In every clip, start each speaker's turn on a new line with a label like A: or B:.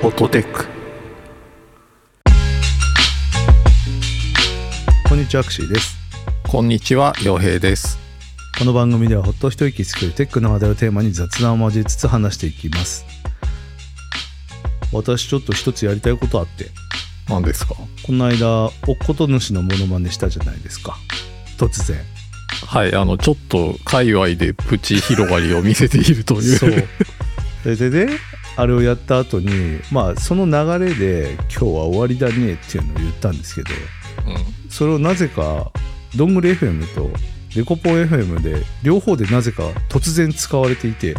A: フォトテック
B: こんにちは、アクシーです。
A: こんにちは洋平です
B: この番組ではほっと一息つけるテックの話題をテーマに雑談を交えつつ話していきます。私ちょっと一つやりたいことあって、
A: 何ですか
B: この間、おっことぬしのモノマネしたじゃないですか。突然。
A: はいあのちょっと界隈でプチ広がりを見せているという
B: そう。そ れでね、あれをやった後に、まあその流れで今日は終わりだねっていうのを言ったんですけど、
A: うん
B: それをなぜか、どんぐり FM とデコポー FM で、両方でなぜか突然使われていて、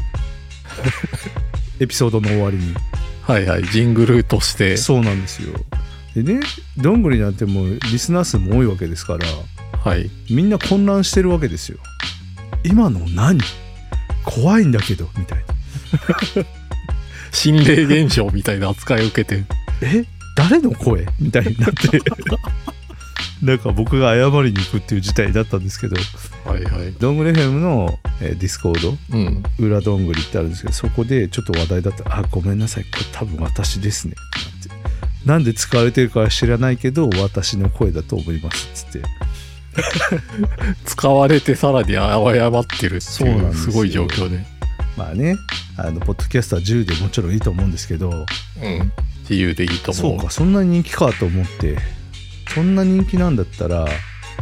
B: エピソードの終わりに。
A: はいはいジングルとして
B: そうなんですよ。でね、どんぐりなんてもうリスナー数も多いわけですから、
A: はい
B: みんな混乱してるわけですよ。今の何怖いんだけど、みたいな。
A: 心霊現象みたいな扱いを受けて
B: え誰の声みたいになって。なんか僕が謝りに行くっていう事態だったんですけど、
A: はいはい
B: どんぐり FM の、えーディスコード、
A: うん
B: 裏どんぐりってあるんですけど、そこでちょっと話題だった。あ、ごめんなさい。これ多分私ですね。ってなってなんで使われてるかは知らないけど、私の声だと思います。つって。
A: 使われてさらに謝ってるって
B: そうなん
A: い
B: で
A: う
B: す
A: す
B: よ
A: ごい状況で
B: まあね、あのポッドキャストは10でもちろんいいと思うんですけど、
A: うん自由でいいと思
B: そうか、そんなに人気かと思って、そんな人気なんだったら、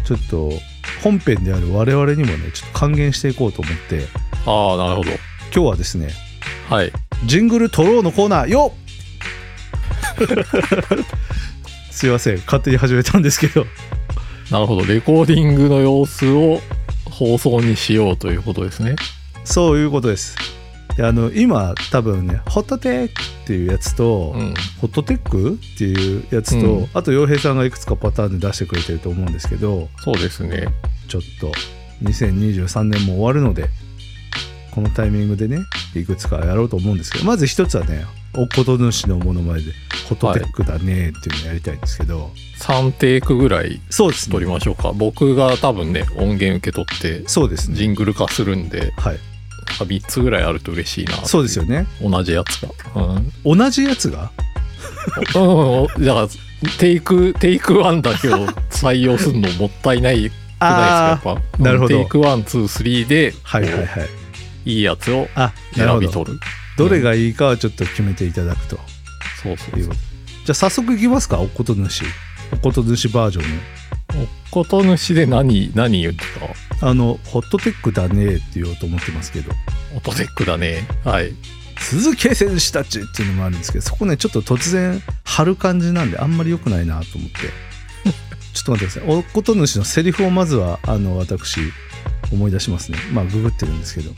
B: ちょっと本編である我々にもね、ちょっと還元していこうと思って、
A: ああなるほ
B: 今日はですね、
A: どはい
B: ジングル取ろうのコーナーよっ すいません、勝手に始めたんですけど、
A: なるほどレコーディングの様子を放送にしようということですね
B: そういうことです。であの今多分ね、ホットテックっていうやつと、
A: うん
B: ホットテックっていうやつと、
A: うん
B: あと洋平さんがいくつかパターンで出してくれてると思うんですけど
A: そうですね
B: ちょっと2023年も終わるのでこのタイミングでねいくつかやろうと思うんですけどまず一つはねおこと主のものまねでホットテックだねっていうのやりたいんですけど、
A: 3テイクぐらい
B: そうです
A: 撮
B: ね
A: りましょうか僕が多分ね音源受け取って
B: そうですね
A: ジングル化するんで
B: はい
A: 3つぐらいあると嬉しいな
B: そうですよ
A: ね
B: ね
A: 同じやつがうん、
B: 同じやつが
A: うん、だからテイクテイク1だけを採用するのもったいないくないですかやっぱ
B: なるほど
A: テイク123で
B: はいはいはい
A: いいやつを
B: あな
A: 選
B: るほ
A: び
B: ど
A: 取る
B: どれがいいかはちょっと決めていただくと
A: そうそう
B: い
A: そう
B: うことじゃあ早速いきますかおこと主おこと主バージョンの
A: おことぬしで何何言ってた
B: あの、ホットテックだねって言おうと思ってますけど、
A: 音テックだねはい
B: 鈴木選手たちっていうのもあるんですけど、そこね、ちょっと突然張る感じなんで、あんまり良くないなと思って。 ちょっと待ってください。おっこと主のセリフをまずは、あの、私、思い出しますね。まあ、ググってるんですけど、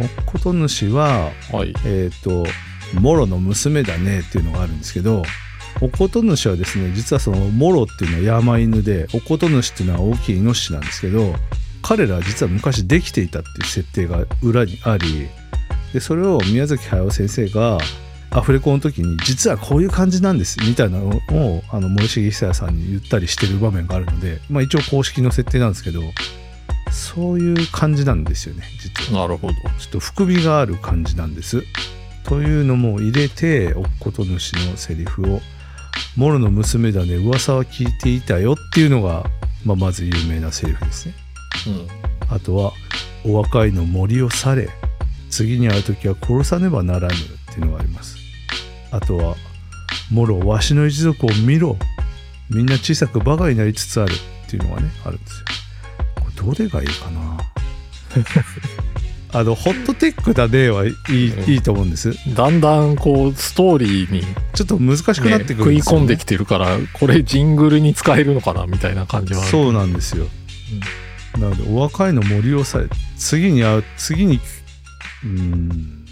B: おっこと主は、
A: はい
B: えっ、と、モロの娘だねっていうのがあるんですけど、おこと主はですね、実はそのモロっていうのは山犬で、おこと主っていうのは大きいイノシシなんですけど、彼らは実は昔できていたっていう設定が裏にあり、で、それを宮崎駿先生が、アフレコの時に実はこういう感じなんですみたいなのをあの森重久彌さんに言ったりしてる場面があるので、まあ、一応公式の設定なんですけどそういう感じなんですよね実は。
A: なるほど
B: ちょっと含みがある感じなんです。というのも入れて、おっこと主のセリフを、モロの娘だね、噂は聞いていたよっていうのが、まあ、まず有名なセリフですね。
A: うん
B: あとは、お若いの森を去れ、次に会う時は殺さねばならぬっていうのがあります。あとは、モロ、わしの一族を見ろ、みんな小さくバカになりつつあるっていうのがね、あるんですよ。これどれがいいかな あの、ホットテックだねはいい,、
A: うん
B: いいと思うんです。
A: だんだんこうストーリーに、ね
B: ちょっと難しくなってくる
A: 食い
B: ですよ
A: 込ん
B: ね
A: できてるからこれジングルに使えるのかなみたいな感じはある
B: そうなんですよ、なのでお若いの森をさ次に会う次にうん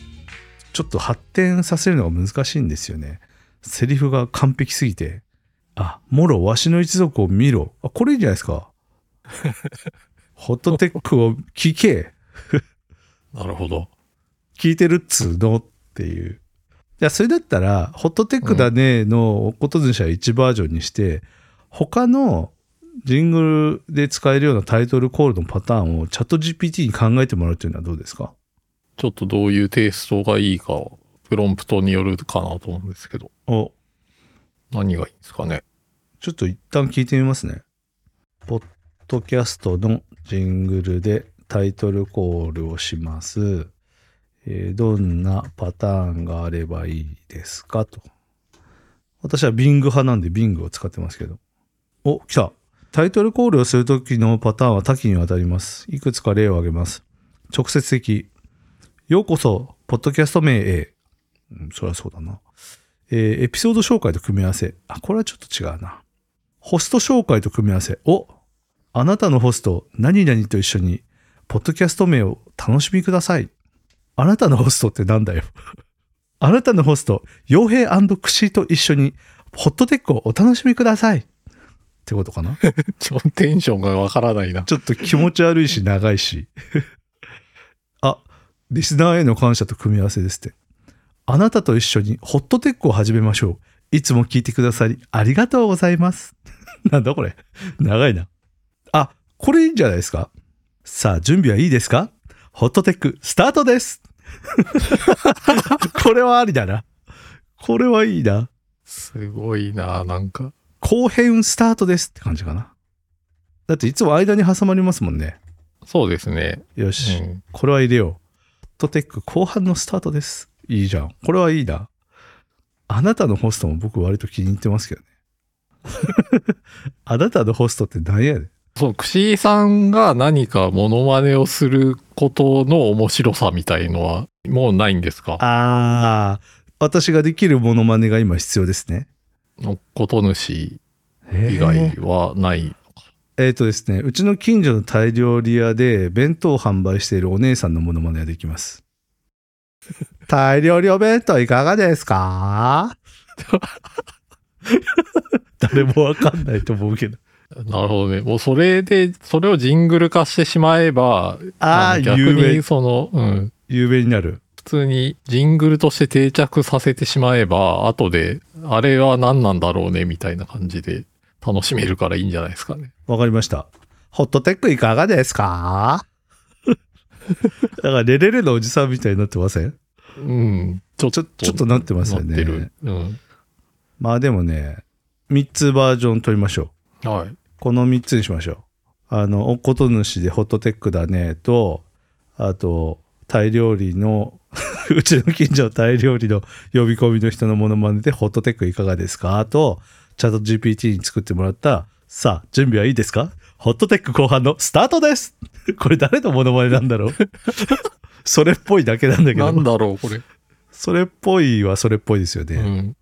B: ちょっと発展させるのが難しいんですよねセリフが完璧すぎてあもろわしの一族を見ろあこれいいんじゃないで すかホットテックを聞け
A: なるほど
B: 聞いてるっつーのっていう。じゃあ、それだったら、ホットテックだねのことずしは1バージョンにして、他のジングルで使えるようなタイトルコールのパターンをチャット GPT に考えてもらうというのはどうですか
A: ちょっとどういうテイストがいいかをプロンプトによるかなと思うんですけど、
B: お
A: 何がいいんですかね。
B: ちょっと一旦聞いてみますね。ポッドキャストのジングルでタイトルコールをします。えーどんなパターンがあればいいですかと。私はビング派なんでビングを使ってますけど。お、来た。タイトルコールをするときのパターンは多岐にわたります。いくつか例を挙げます。直接的。ようこそ、ポッドキャスト名へ。うん、そりゃそうだな。えーエピソード紹介と組み合わせ。あ、これはちょっと違うな。ホスト紹介と組み合わせ。おあなたのホスト、何々と一緒に、ポッドキャスト名を楽しみください。あなたのホストってなんだよ。 あなたのホスト、傭兵クシーと一緒に、ホットテックをお楽しみください。ってことかな
A: ちょっとテンションがわからないな。
B: ちょっと気持ち悪いし、長いし。 あ、リスナーへの感謝と組み合わせですって。あなたと一緒にホットテックを始めましょう。いつも聞いてくださり、ありがとうございます。 なんだこれ。長いな。あ、これいいんじゃないですか。さあ、準備はいいですかホットテック、スタートです これはありだな。これはいいな。
A: すごいな、なんか。
B: 後編スタートですって感じかな。だっていつも間に挟まりますもんね。
A: そうですね。
B: よし。
A: うん
B: これは入れよう。ホットテック後半のスタートです。いいじゃん。これはいいな。あなたのホストも僕割と気に入ってますけどね。 あなたのホストって何やねん。
A: そう、くしーさんが何かモノマネをすることの面白さみたいのはもうないんですか
B: ああ、私ができるモノマネが今必要ですね。
A: のこと主以
B: え
A: 外はない。
B: ーえーとですね、うちの近所のタイ料理屋で弁当を販売しているお姉さんのモノマネができます。 タイ料理お弁当いかがですか 誰もわかんないと思うけど。
A: なるほどね。もうそれで、それをジングル化してしまえば、
B: ああ、
A: の逆
B: 有名
A: に、その、うん、
B: 有名になる。
A: 普通にジングルとして定着させてしまえば、後で、あれは何なんだろうね、みたいな感じで楽しめるからいいんじゃないですかね。
B: わかりました。ホットテックいかがですか だから、レレレのおじさんみたいになってません
A: うん。ちょっ
B: ち
A: と
B: ょ、ちょっとなってますよ
A: なってる
B: ね。。
A: うん。
B: まあでもね、3つバージョン取りましょう。
A: はい。
B: この3つにしましょう。あの、おこと主でホットテックだねと、あと、タイ料理の、 うちの近所のタイ料理の呼び込みの人のモノマネでホットテックいかがですかと、チャット GPT に作ってもらった、さあ、準備はいいですかホットテック後半のスタートです これ誰のモノマネなんだろう それっぽいだけなんだけ
A: な
B: ど
A: ん、だろう、これ。
B: それっぽいはそれっぽいですよね。
A: うん。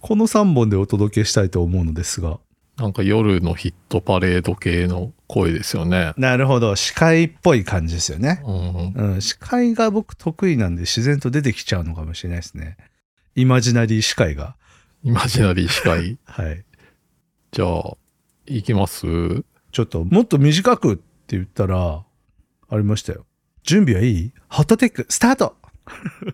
B: この3本でお届けしたいと思うのですが。
A: なんか夜のヒットパレード系の声ですよね。
B: なるほど、司会っぽい感じですよね。
A: うん。
B: うん、司会が僕得意なんで自然と出てきちゃうのかもしれないですね。イマジナリー司会が。
A: イマジナリー司会。
B: はい。
A: じゃあ、行きます
B: ちょっと、もっと短くって言ったら、ありましたよ。準備はいいホットテック、スタート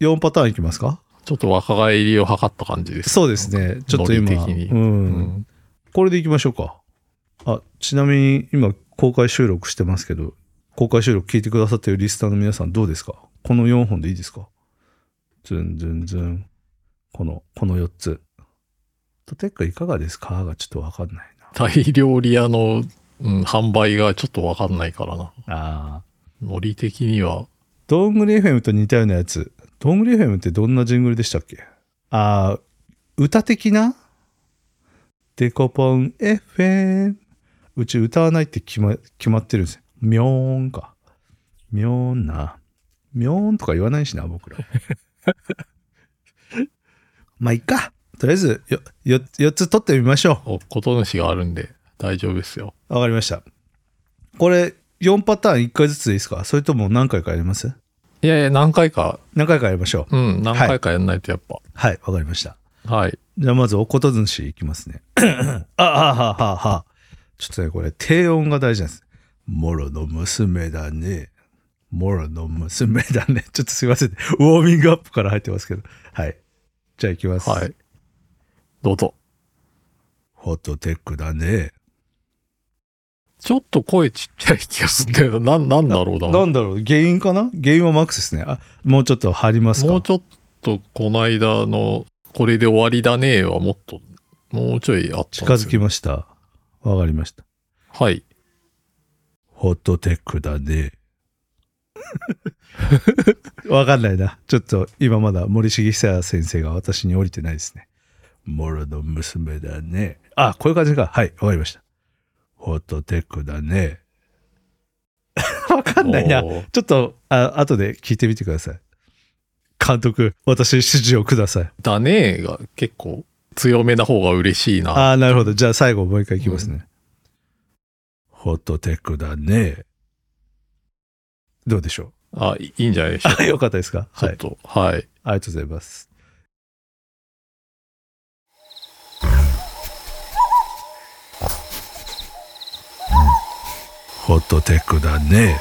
B: !4 パターンいきますか
A: ちょっと若返りを図った感じです。
B: そうですね。ちょっと
A: ノ
B: 今。
A: リ的に
B: うん
A: う。ん。
B: これでいきましょうか。あ、ちなみに今公開収録してますけど、公開収録聞いてくださってるリスナーの皆さんどうですかこの4本でいいですかズンズンズン。この、この4つ。とテックいかがですかがちょっとわかんないな。
A: タイ料理屋の、うん、販売がちょっとわかんないからな。
B: ああ。
A: ノリ的には、
B: どんぐり FM と似たようなやつ。どんぐり FM ってどんなジングルでしたっけああ、歌的なデコポン FM。うち歌わないって決ま決まってるんですよ。みょーんか。みょーんな。みょーんとか言わないしな、僕ら。 まあ、いっか。とりあえずよ、よ、4つ取ってみましょう。
A: おこと主があるんで大丈夫ですよ。
B: わかりました。これ、4パターン1回ずつでいいですかそれとも何回かやります
A: いやいや、何回か、
B: 何回かやりましょう。
A: うん、何回かやんないとやっぱ。
B: はい、わかりました。
A: はい。
B: じゃあまずおことずしいきます ね。ああはあはあはあ。ちょっとね、これ低音が大事なんです。モロの娘だね。モロの娘だね。 ちょっとすいません。ウォーミングアップから入ってますけど。はい。じゃあいきます。
A: は。い。どうぞ。
B: ホットテックだね。
A: ちょっと声ちっちゃい気がするんだけど、なん、なんだろうな。
B: なんだろう原因かな原因はマックスですね。あ、もうちょっと張りますか
A: もうちょっとこの間のこれで終わりだねーはもっと、もうちょいあったん
B: 近
A: です
B: づ
A: よ
B: きました。わかりました。
A: はい。
B: ホットテックだね。 わかんないな。ちょっと今まだ森重久也先生が私に降りてないですね。モロの娘だね。あ、こういう感じか。はい、わかりました。ホットテックだね。 わかんないな。
A: おー
B: ちょっと、あ後で聞いてみてください。監督、私に指示をください。
A: だねーが結構強めな方が嬉しいな。
B: ああー、なるほど。じゃあ最後もう一回いきますね。ホットテックだね。どうでしょ
A: あ、いいいんじゃないでしょう
B: う よかったですか
A: か。
B: は
A: ちょっ
B: い。
A: と、はい。
B: ありがとうございます。ホットテックだね。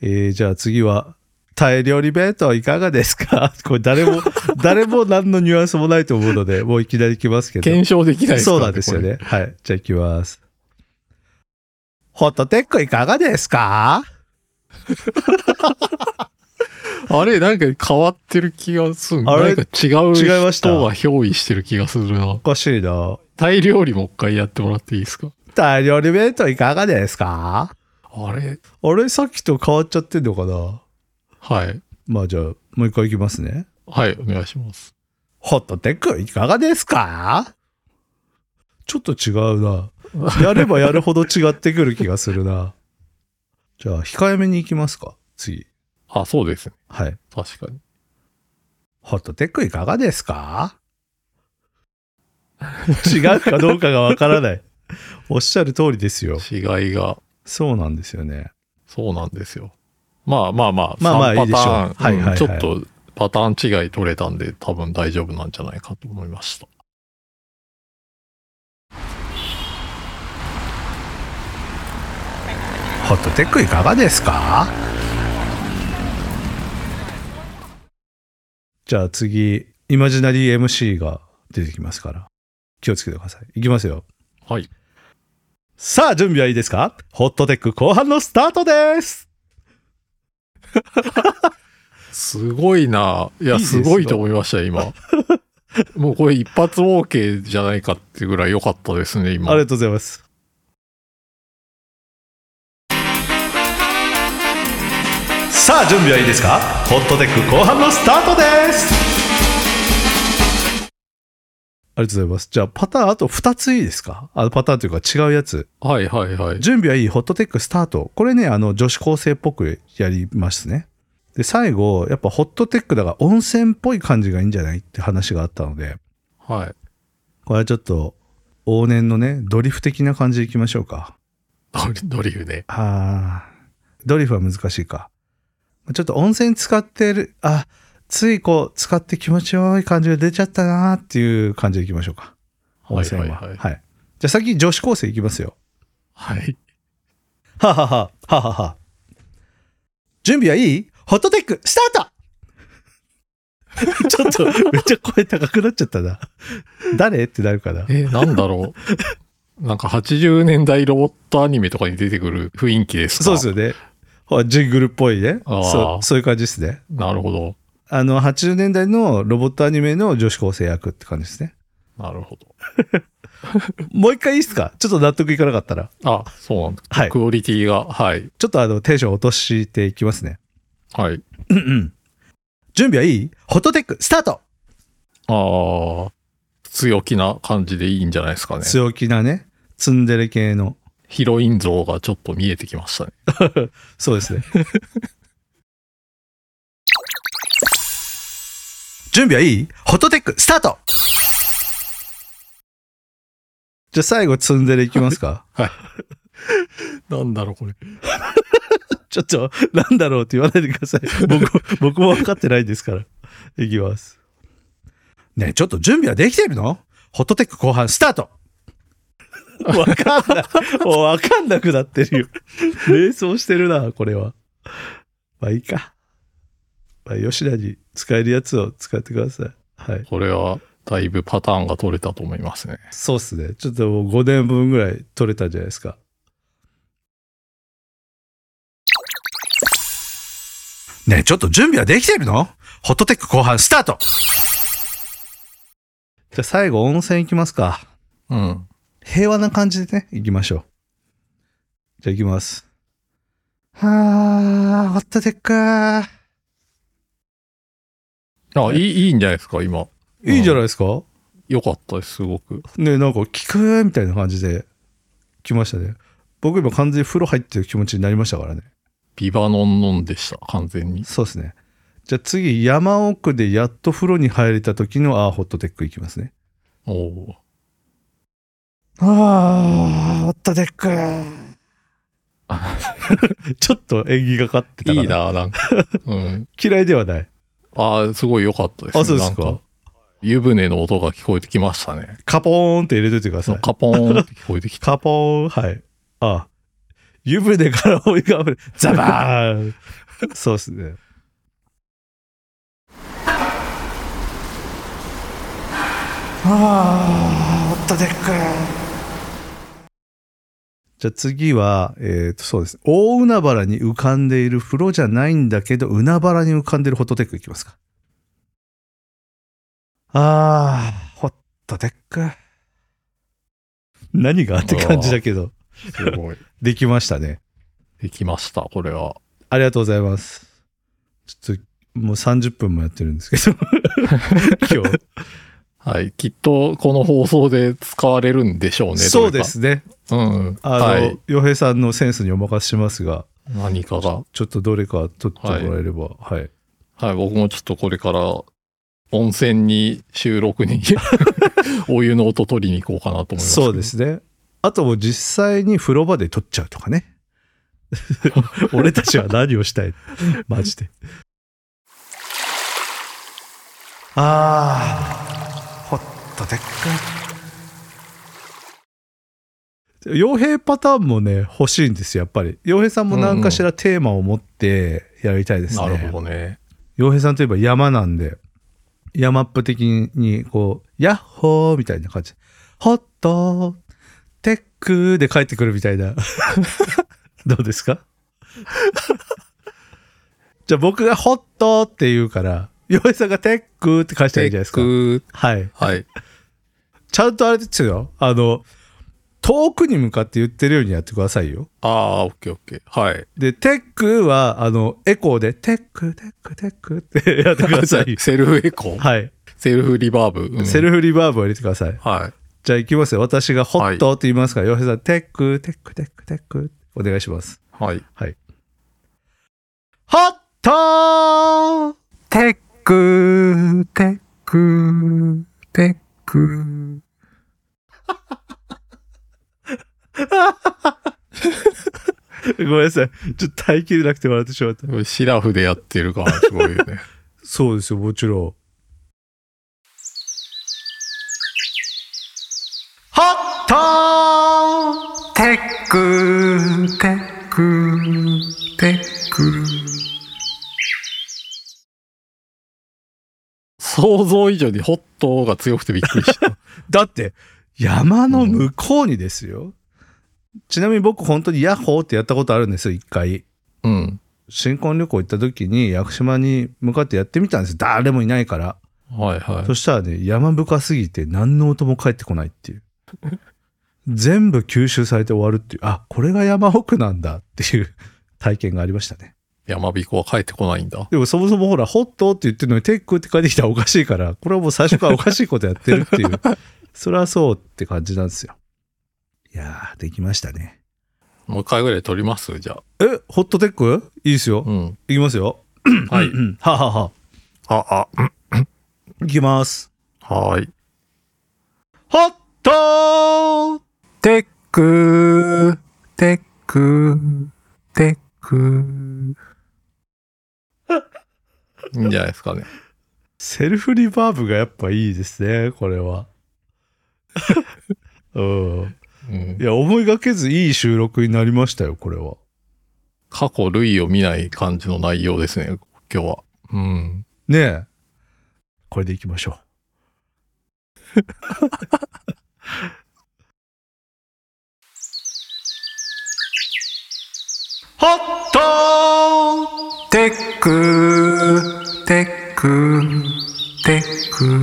B: えー、じゃあ次は、タイ料理弁当いかがですか これ誰も、誰も何のニュアンスもないと思うので、もういきなりいきますけど。
A: 検証できないですか
B: そ
A: ら
B: うなんですよ。ね。はい。じゃあ行きます。ホットテックいかがですか
A: これあれ、なんか変わってる気がする。
B: あ
A: な
B: れ
A: んか違う人
B: 違いました
A: が憑依してる気がするな
B: お。かしいな。
A: タイ料理もう一回やってもらっていいですか
B: タイ料理弁当いかがですか
A: あれ
B: あれさっきと変わっちゃってんのかな
A: はい。
B: まあじゃあ、もう一回いきますね。
A: はい、お願いします。
B: ホットテックいかがですかちょっと違うな。やればやるほど違ってくる気がするな。じゃあ、控えめに行きますか次。
A: あ、そうですね。
B: はい。
A: 確かに。
B: ホットテックいかがですか違うかどうかがわからない。おっしゃる通りですよ。
A: 違いが、
B: そうなんですよね。
A: そうなんですよ。まあまあまあ、
B: まあまあ
A: 三パターン
B: いいでしょうはいはいはい
A: んちょっとパターン違い取れたんで、多分大丈夫なんじゃないかと思いました。
B: ホットテックいかがですかじゃあ次、イマジナリー MC が出てきますから、気をつけてください。いきますよ。
A: はい。
B: さあ、準備はいいですかホットテック後半のスタートです
A: すごいな。いや、
B: いいです
A: す
B: よ
A: ごいと思いましたよ、 今。もうこれ一発 OK じゃないかってぐらい良かったですね、今。
B: ありがとうございます。さあ、準備はいいですかホットテック後半のスタートですありがとうございます。じゃあ、パターンあと2ついいですかあのパターンというか違うやつ。
A: はいはいはい。
B: 準備はいい、ホットテックスタート。これね、あの、女子高生っぽくやりますね。で、最後、やっぱホットテックだから温泉っぽい感じがいいんじゃないって話があったので、
A: はい。
B: これはちょっと、往年のね、ドリフ的な感じでいきましょうか。
A: ドリドリフね。
B: ああ、ドリフは難しいか。ちょっと温泉使ってる、あ、ついこう、使って気持ちよい感じが出ちゃったなーっていう感じでいきましょうか。温泉は。
A: はいはいはい
B: じゃあ先女子高生いきますよ。
A: はい。
B: ははは、ははは。準備はいいホットテック、スタート ちょっと、めっちゃ声高くなっちゃったな。誰ってなるかな。
A: え、なんだろ う。なんか80年代ロボットアニメとかに出てくる雰囲気ですか
B: そうですよね。ほらジングルっぽいね。
A: あー
B: そう、そういう感じですね。
A: なるほど。
B: あの、80年代のロボットアニメの女子高生役って感じですね。
A: なるほど。
B: もう一回いいっすかちょっと納得いかなかったら。
A: あ、そうなんだ。
B: はい。
A: クオリティが、はい。
B: ちょっとあの、テンション落としていきますね。
A: はい。
B: うんうん。準備はいいホットテック、スタート
A: ああ、強気な感じでいいんじゃないですかね。
B: 強気なね、ツンデレ系の。
A: ヒロイン像がちょっと見えてきましたね。
B: そうですね。 準備はいいホットテック、スタートじゃあ最後、ツンデレいきますか
A: なんだろう、これ。
B: ちょっと、なんだろうって言わないでください。 僕、僕も分かってないですから。いきます。ねえちょっと準備はできてるのホットテック後半、スタートわかんない。もうわかんなくなってるよ。迷走してるな、これは。まあいいか。まあ、吉田に使えるやつを使ってください。はい。
A: これは、だいぶパターンが取れたと思いますね。
B: そうっすね。ちょっともう5年分ぐらい取れたんじゃないですか。ねえちょっと準備はできてるのホットテック後半スタートじゃあ最後温泉行きますか。
A: うん。
B: 平和な感じでね、行きましょう。じゃあ行きます。はあ、ホットテックー。
A: あ、いい、いいんじゃないですか、今。
B: いいじゃ
A: うん
B: ないですか、
A: よかったです、すごく。
B: ねなんか聞くみたいな感じで来ましたね。僕今完全に風呂入ってる気持ちになりましたからね。
A: ビバノンノンでした、完全に。
B: そうですね。じゃあ次、山奥でやっと風呂に入れた時のアーホットテックいきますね。
A: おお
B: ああ、ホットテック。 ちょっと演技がかって
A: ー。
B: たか
A: い
B: ら
A: いな、なん か。うん。
B: 嫌いではない。
A: ああ、すごい良かったです、ね。
B: あそうですか
A: なん湯船の音が聞こえてきましたね。
B: カポーンって入れといてくだ
A: そ
B: さ
A: の
B: い。
A: カポーンって聞こえてきた。
B: カポーン、はい。ああ湯船から追いがぶる。ザバーン そうですね。ああ、ホットテック。じゃあ次は、えっ、と、そうです。大海原に浮かんでいる風呂じゃないんだけど、海原に浮かんでいるホットテックいきますか。ああ、ホットテック。何がって感じだけど、
A: すごい。
B: できましたね。
A: できました、これは。
B: ありがとうございます。ちょっと、もう30分もやってるんですけど。今日。
A: はい。きっと、この放送で使われるんでしょうね。
B: そうで。すね。
A: うん。
B: あの、
A: はい。
B: 洋平さんのセンスにお任せしますが、
A: 何かが。
B: ちょっとどれか取ってもらえれば、はい。
A: はい。僕もちょっとこれから、温泉に収録 にお湯の音取りに行こうかなと思います。
B: そうで。すね。あともう実際に風呂場で取っちゃうとかね。 俺たちは何をしたい マジで。ああ、ホットテック。傭兵パターンもね、欲しいんですよ、やっぱり。傭兵さんも何かしらテーマを持ってやりたいですね。
A: なるほどね。
B: 洋平さんといえば山なんで、山っぷ的に、こう、ヤッホーみたいな感じ。ホット、テックで帰ってくるみたいな。 どうですか じゃあ僕がホットって言うから、洋平さんがテックって返したらいいんじゃないですか。
A: テック
B: はい。
A: はい。
B: ちゃんとあれですよ。あの、遠くに向かって言ってるようにやってくださいよ。
A: ああ、オッケーオッケー。はい。。
B: で、テックは、あの、エコーで、テック、テック、テックってやってください
A: セルフエコー、
B: はい。
A: セルフリバーブ。うん
B: セルフリバーブを入れてください。
A: はい。
B: じゃあ行きますよ。私がホットって言いますから、洋平さん、テック、テック、テック、テック、お願いします。
A: はい。
B: ホットー
A: テック、テック、テック。
B: ごめんなさい。ちょっと耐えきれなくて笑ってしまった。
A: シラフでやってるからすごいよね。
B: そうですよ、もちろん。ホットー
A: テック、テック、テック。想像以上にホットが強くてびっくり した。
B: だって、山の向こうにですよ。ちなみに僕本当にヤッホーってやったことあるんですよ、一回。
A: うん。
B: 新婚旅行行った時に屋久島に向かってやってみたんですよ誰もいないから、
A: はいはい
B: そ。したらね山深すぎて何の音も返ってこないっていう全部吸収されて終わるっていうあこれが山奥なんだっていう 体験がありましたね
A: 山彦は帰ってこないんだ。
B: でもそもそもほら「ホット」って言ってるのに「テック」って書いてきたらおかしいからこれはもう最初からおかしいことやってる っていうそれはそうって感じなんですよいやーできましたね
A: もう一回ぐらい撮りますじゃあ。
B: えホットテックいいですよ、
A: うん。
B: いきますよ
A: はい
B: うん。うんはあはあは
A: あ、あ、
B: あいきます
A: はーい。
B: ホットー
A: テック、テック、テック。いいんじゃないですかね。
B: セルフリバーブがやっぱいいですね、これは。 うん。
A: うん
B: い、や、思いがけずいい収録になりましたよ、これは。
A: 過去類を見ない感じの内容ですね、今日は。うん。
B: ねえ。これでいきましょう。ホット
C: テックテックテック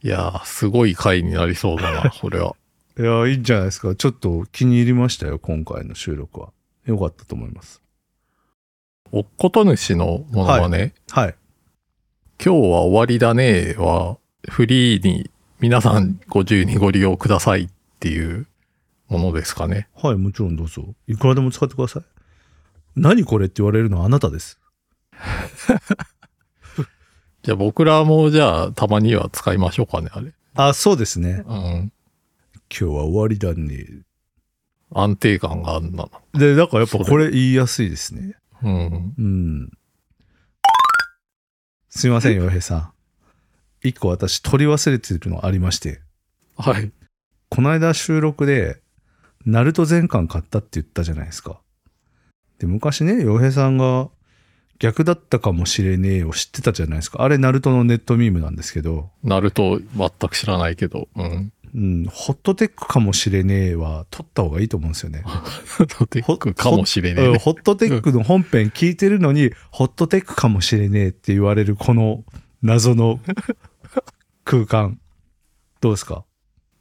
A: いやー、すごい回になりそうだ な、これは。
B: いや、いいんじゃないですか。ちょっと気に入りましたよ、今回の収録は。よかったと思います。
A: おっこと主のものはね、
B: はい。
A: 今日は終わりだねは、フリーに皆さんご自由にご利用くださいっていうものですかね。
B: はい、もちろんどうぞ。いくらでも使ってください。何これって言われるのはあなたです。
A: じゃあ僕らもじゃあたまには使いましょうかね、あれ。
B: あ、そうですね。
A: うん。
B: 今日は終わりだね。
A: 安定感があんな。
B: で、だからやっぱこれ言いやすいですね。
A: うん。
B: うん。すいません、洋平さん。一個私取り忘れてるのありまして。
A: はい。
B: この間収録で、ナルト全巻買ったって言ったじゃないですか。で、昔ね、洋平さんが逆だったかもしれねえを知ってたじゃないですか。あれ、ナルトのネットミームなんですけど、
A: なると全く知らないけど。 うん。
B: うん、ホットテックかもしれねえは取った方がいいと思うんですよね。
A: テックかもしれね
B: うん
A: え。
B: ホットテックの本編聞いてるのに、ホットテックかもしれねえって言われるこの謎の空間。どうですか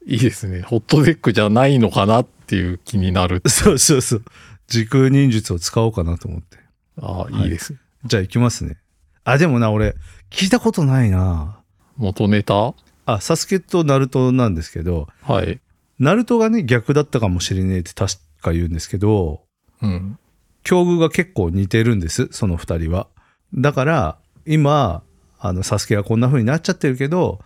A: いいですね。ホットテックじゃないのかなっていう気になる。
B: そうそうそう。時空忍術を使おうかなと思って。
A: ああ、
B: はい
A: いいです。
B: じゃあ行きますね。あ、でもな、俺、聞いたことないな。
A: 元ネタは
B: あ、サスケとナルトなんですけど、
A: い。
B: ナルトがね、逆だったかもしれねえって確か言うんですけど、
A: うん。
B: 境遇が結構似てるんですその二人はだから今あのサスケがこんな風になっちゃってるけど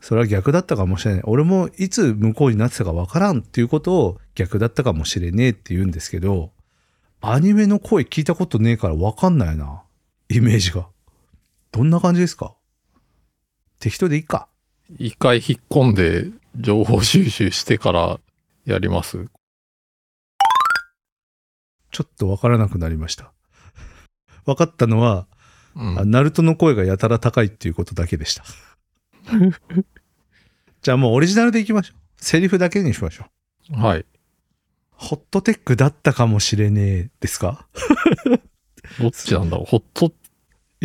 B: それは逆だったかもしれない俺もいつ向こうになってたかわからんっていうことを逆だったかもしれねえって言うんですけどアニメの声聞いたことねえからわかんないなイメージがどんな感じですか適当でいいか
A: 一回引っ込んで情報収集してからやります。
B: ちょっとわからなくなりました分かったのは、
A: うん
B: あナルトの声がやたら高いっていうことだけで した。じゃあもうオリジナルでいきましょう。セリフだけにしましょう。
A: はい。
B: ホットテックだったかもしれねえですか
A: どっちなんだろう。ホット
B: い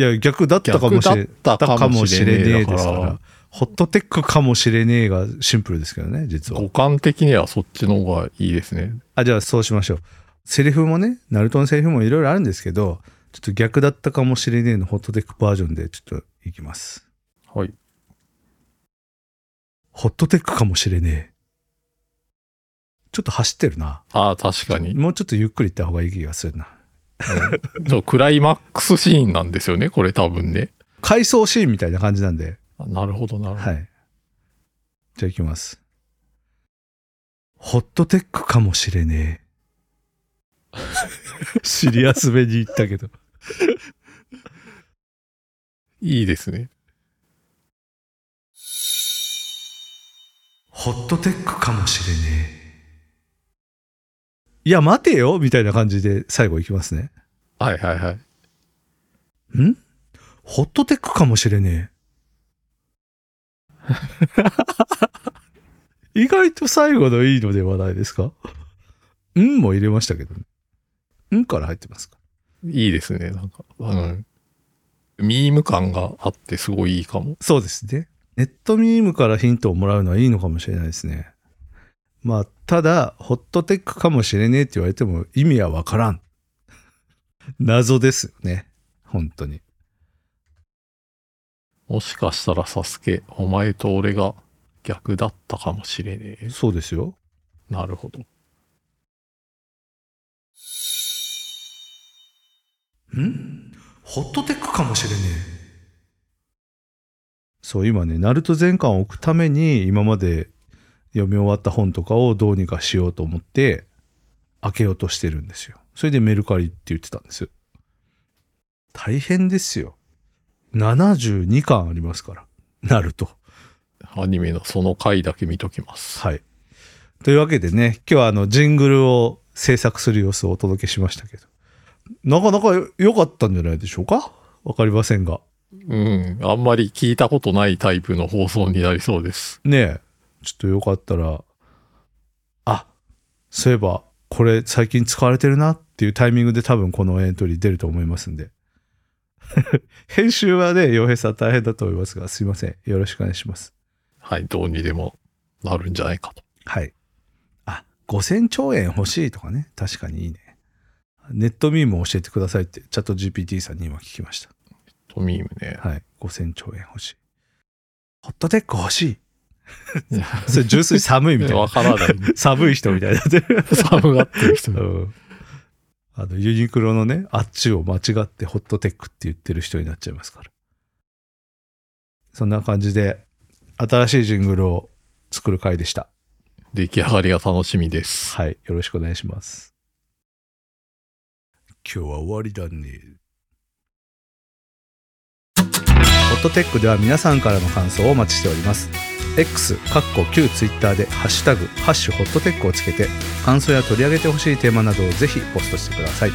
B: や、逆だったかもしれ
A: 逆だったかもしれねえ
B: だったかもしれねえで
A: だ
B: すか
A: から
B: ら。ホットテックかもしれねえがシンプルですけどね、実は
A: 五。感的にはそっちの方がいいですね。
B: あ、じゃあそうしましょう。セリフもね、ナルトのセリフもいろいろあるんですけど、ちょっと逆だったかもしれねえのホットテックバージョンでちょっといきます。
A: はい。
B: ホットテックかもしれねえ。ちょっと走ってるな。
A: ああ、確かに。
B: もうちょっとゆっくり行った方がいい気がするな。
A: そうクライマックスシーンなんですよね、これ多分ね。
B: 回想シーンみたいな感じなんで。
A: あなるほど、なるほど。
B: はい。じゃあ行きます。ホットテックかもし れねえ。シリアスめに行ったけど。
A: いいですね。
B: ホットテックかもしれねえ。いや、待てよみたいな感じで最後行きますね。
A: はいはいはい。
B: んホットテックかもしれね え。意外と最後のいいのではないですかんも入れましたけどね。んから入ってますか
A: いいですね、なんか。うん。ミーム感があってすごいいいかも。
B: そうですね。ネットミームからヒントをもらうのはいいのかもしれないですね。まあ、ただ、ホットテックかもしれねえって言われても意味はわからん。謎ですよね。本当に。
A: もしかしたらサスケ、お前と俺が逆だったかもしれねえ。
B: そうですよ。
A: なるほど。
B: んホットテックかもしれねえ。そう、今ね、ナルト全巻を置くために、今まで読み終わった本とかをどうにかしようと思って、開けようとしてるんですよ。それでメルカリって言ってたんです。大変ですよ。72巻ありますから。ナルト。
A: アニメのその回だけ見ときます。
B: はい。というわけでね、今日はあの、ジングルを制作する様子をお届けしましたけど、なかなか良かったんじゃないでしょうかわかりませんが。
A: うん。あんまり聞いたことないタイプの放送になりそうです。
B: ねえ、ちょっとよかったら、あ、そういえば、これ最近使われてるなっっていうタイミングで多分このエントリー出ると思いますんで。 編集はね、洋平さん大変だと思いますが、すいません。よろしくお願いします。
A: はい、どうにでもなるんじゃないかと。
B: はい。あ、5000兆円欲しいとかね。確かにいいね。ネットミームを教えてくださいって、チャット GPT さんに今聞きました。
A: トミーム ね。
B: はい。5000兆円欲しい。ホットテック欲しい。それ純粋に寒いみたい な
A: わ。からない。
B: 寒い人みたいになってる。
A: 寒がってる人。
B: うんあの、ユニクロのね、あっちを間違ってホットテックって言ってる人になっちゃいますから。そんな感じで、新しいジングルを作る回でした。
A: 出来上がりが楽しみです。
B: はい。よろしくお願いします。今日は終わりだね。ホットテックでは皆さんからの感想をお待ちしております。X、かっこ旧 Twitter で、ハッシュタグ、ハッシュホットテックをつけて、感想や取り上げてほしいテーマなどをぜひポストしてください。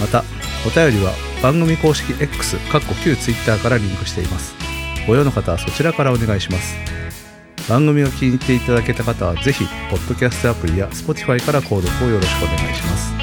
B: また、お便りは番組公式 X、かっこ旧 Twitter からリンクしています。ご用の方はそちらからお願いします。番組を気に入っていただけた方はぜひポッドキャストアプリや Spotify から購読をよろしくお願いします